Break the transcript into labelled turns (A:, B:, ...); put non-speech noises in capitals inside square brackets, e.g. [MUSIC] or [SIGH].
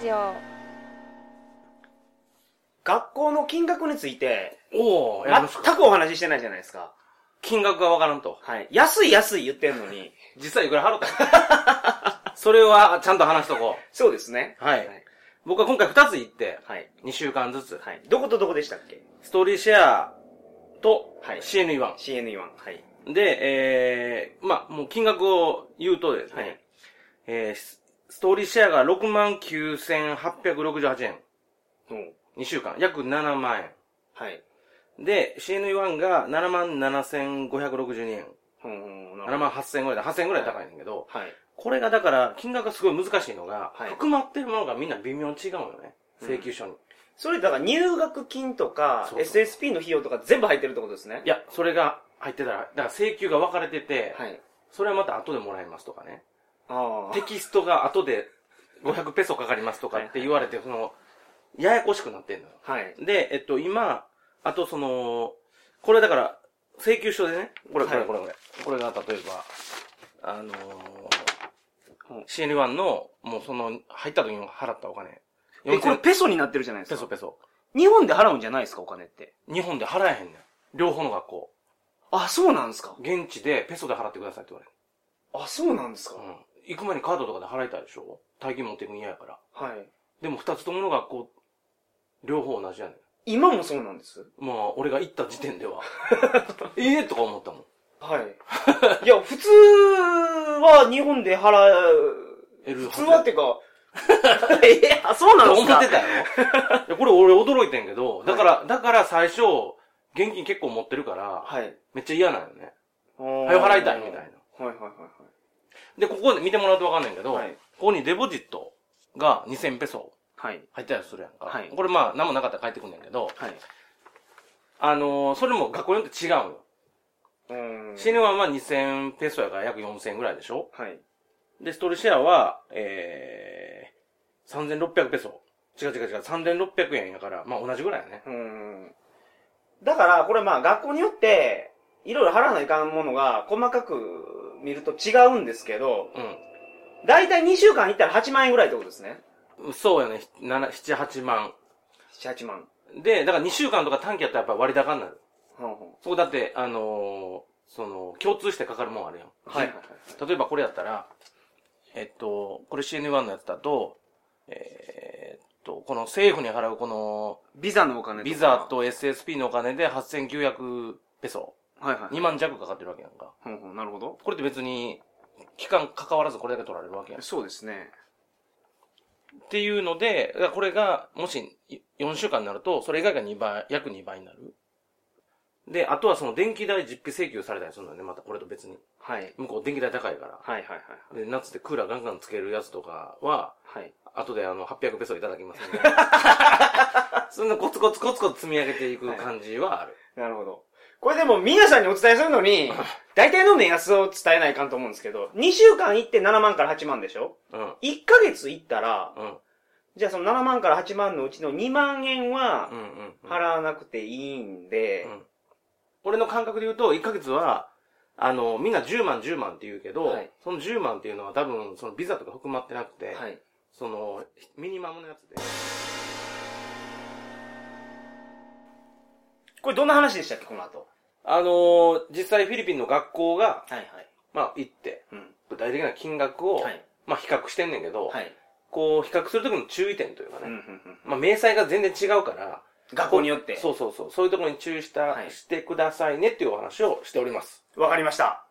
A: ジオ
B: 学校の金額について、
C: おお、やりますか。
B: 全くお話ししてないじゃないですか。
C: 金額がわからんと。
B: はい。安い安い言ってんのに。
C: 実際いくら払ったの [LAUGHS] それはちゃんと話しとこ
B: そうですね。
C: う。は
B: はい
C: い。僕は今回2つ行って、
B: はい。
C: 2週間ずつ、
B: はい。どことどこでしたっけ
C: ストーリーシェアと
B: はい
C: CNE1。
B: ?CNE1。はい。
C: で、えー、まあ、もう金額を言うとですね、
B: はい
C: えースストーリーシェアが69,868円。
B: うん。
C: 2週間。約7万
B: はい。
C: 円。で、CNE1 が77,562円。
B: うん。なる
C: 7
B: ほ
C: 万8,000円ぐらいで、8,000円ぐらい高いんだけど、
B: どはい。
C: これがだから、金額がすごい難しいのが、
B: はい
C: 含まってるものがみんな微妙に違うよね。請求書に。
B: それだから入学金とか、
C: そうそう
B: SSP の費用とか全部入ってるってことですね
C: い。や、それが入ってたら、だから請求が分かれてて、
B: はい。
C: それはまた後でもらえますとかね。
B: あ
C: テキストが後で500ペソかかりますとかって言われて、その、ややこしくなってんのよ。
B: あ。はい。
C: で、えっと、今、あとその、これだから、請求書でね、これ、これ、
B: はい
C: これ、これ。これが例えば、あの
B: うん
C: ー、CN1 の、もうその、入った時に払ったお金。
B: え、これ
C: 4000
B: ペソになってるじゃないです
C: ペ
B: か。
C: ソペソ。
B: 日本で払うんじゃないですか、お金って。
C: 日本で払えへんねん。両方の学校。
B: あ、そうなんですか。
C: 現地でペソで払ってくださいって言わ
B: あ、そうなんですか。
C: れる。うん。行く前にカードとかで払いたいでしょ大金持っていくん嫌やから。
B: はい。
C: でも二つともの学校、両方同じやねん。
B: 今もそうなんです。
C: まあ、俺が行った時点では。 [LAUGHS] ええとか思ったもん。 [LAUGHS]
B: はい。いや、普通は日本で払う、
C: える
B: 普
C: は
B: 通
C: ず
B: はっていうか、 [LAUGHS] え、あそうなんで
C: 思
B: すか
C: ってたよ。いや、これ俺驚いてんけど、だから、だから最初、現金結構持ってるから、
B: はい。
C: めっちゃ嫌なんよね。
B: は
C: 早払いたいみたい
B: な。
C: な。
B: はいはいはい
C: で、ここで見てもらうとわかんないけど、
B: はい。はい。
C: ここにデポジットが2000ペソ
B: はい。
C: 入ったりするやんか。
B: はい
C: これまあ、何もなかったら返ってくんねんけど、
B: はい。
C: あのーそれも学校によって違うよ。
B: うん
C: 死ぬはまあ2000ペソやから約4000円ぐらいでしょ
B: はい。
C: で、ストルシェアは、えー、3600ペソ。違う違う違う、3600円やから、まあ同じぐらいやね。
B: うん。だから、これまあ学校によって、いろいろ払わないかんものが細かく見ると違うんですけど、だいたい2週間行ったら8万円ぐらいってことですね。
C: うん。そうやね、7、7 8万。
B: 7、8万。
C: で、だから2週間とか短期やったらやっぱ割高になる。
B: ほうほ
C: そこだって、あのーその、共通してかかるもんあるやん。
B: うはいはいはい。
C: 例えばこれやったら、えっと、これ CN1 のやつだと、えーっと、この政府に払うこの、
B: ビザのお金
C: ビザ。と SSP のお金で8900ペソ。
B: はいはい。
C: 2万弱かかってるわけやんか。
B: ほうほう、なるほど。
C: これって別に、期間関わらずこれだけ取られるわけやん。っ
B: そうですね。
C: ていうので、だからこれが、もし4週間になると、それ以外が2倍、約2倍になる。で、あとはその電気代実費請求されたりするのよね、またこれと別に。
B: はい。
C: 向こう電気代高いか
B: はいはいはい。
C: ら。で、夏でクーラーガンガンつけるやつとかは、
B: はい。
C: 後であの、800ペソいただきます
B: [LAUGHS]
C: んで。そんなコツコツコツコツ積み上げていく感じはある。
B: なるほど。これでも皆さんにお伝えするの [LAUGHS] に、大体の目安を伝えないかんと思うんですけど、2週間行って7万から8万でしょ ?1 ヶ月行ったら、
C: うん。うん。
B: じゃあその7万から8万のうちの2万円は
C: うんうん。うん
B: 払わなくていいんで
C: う、ん俺の感覚で言うと、1ヶ月は、あの、みんな10万10万って言うけど、
B: はい
C: その10万っていうのは多分、そのビザとか含まってなくて、
B: はい。
C: その、ミニマムのやつで。
B: これどんな話でしたっけ、この後。
C: あのー実際フィリピンの学校が、
B: はいはい。
C: まあ行って、
B: うん。
C: 具体的な金額を、
B: はい。
C: まあ比較してんねんけど、
B: はい。
C: こう比較するときの注意点というか
B: う
C: ね、
B: んうんうん
C: まあ明細が全然違うから、
B: 学校によって。
C: そうそうそう、そういうところに注意した、
B: はい
C: してくださいねっていうお話をしております。
B: わかりました。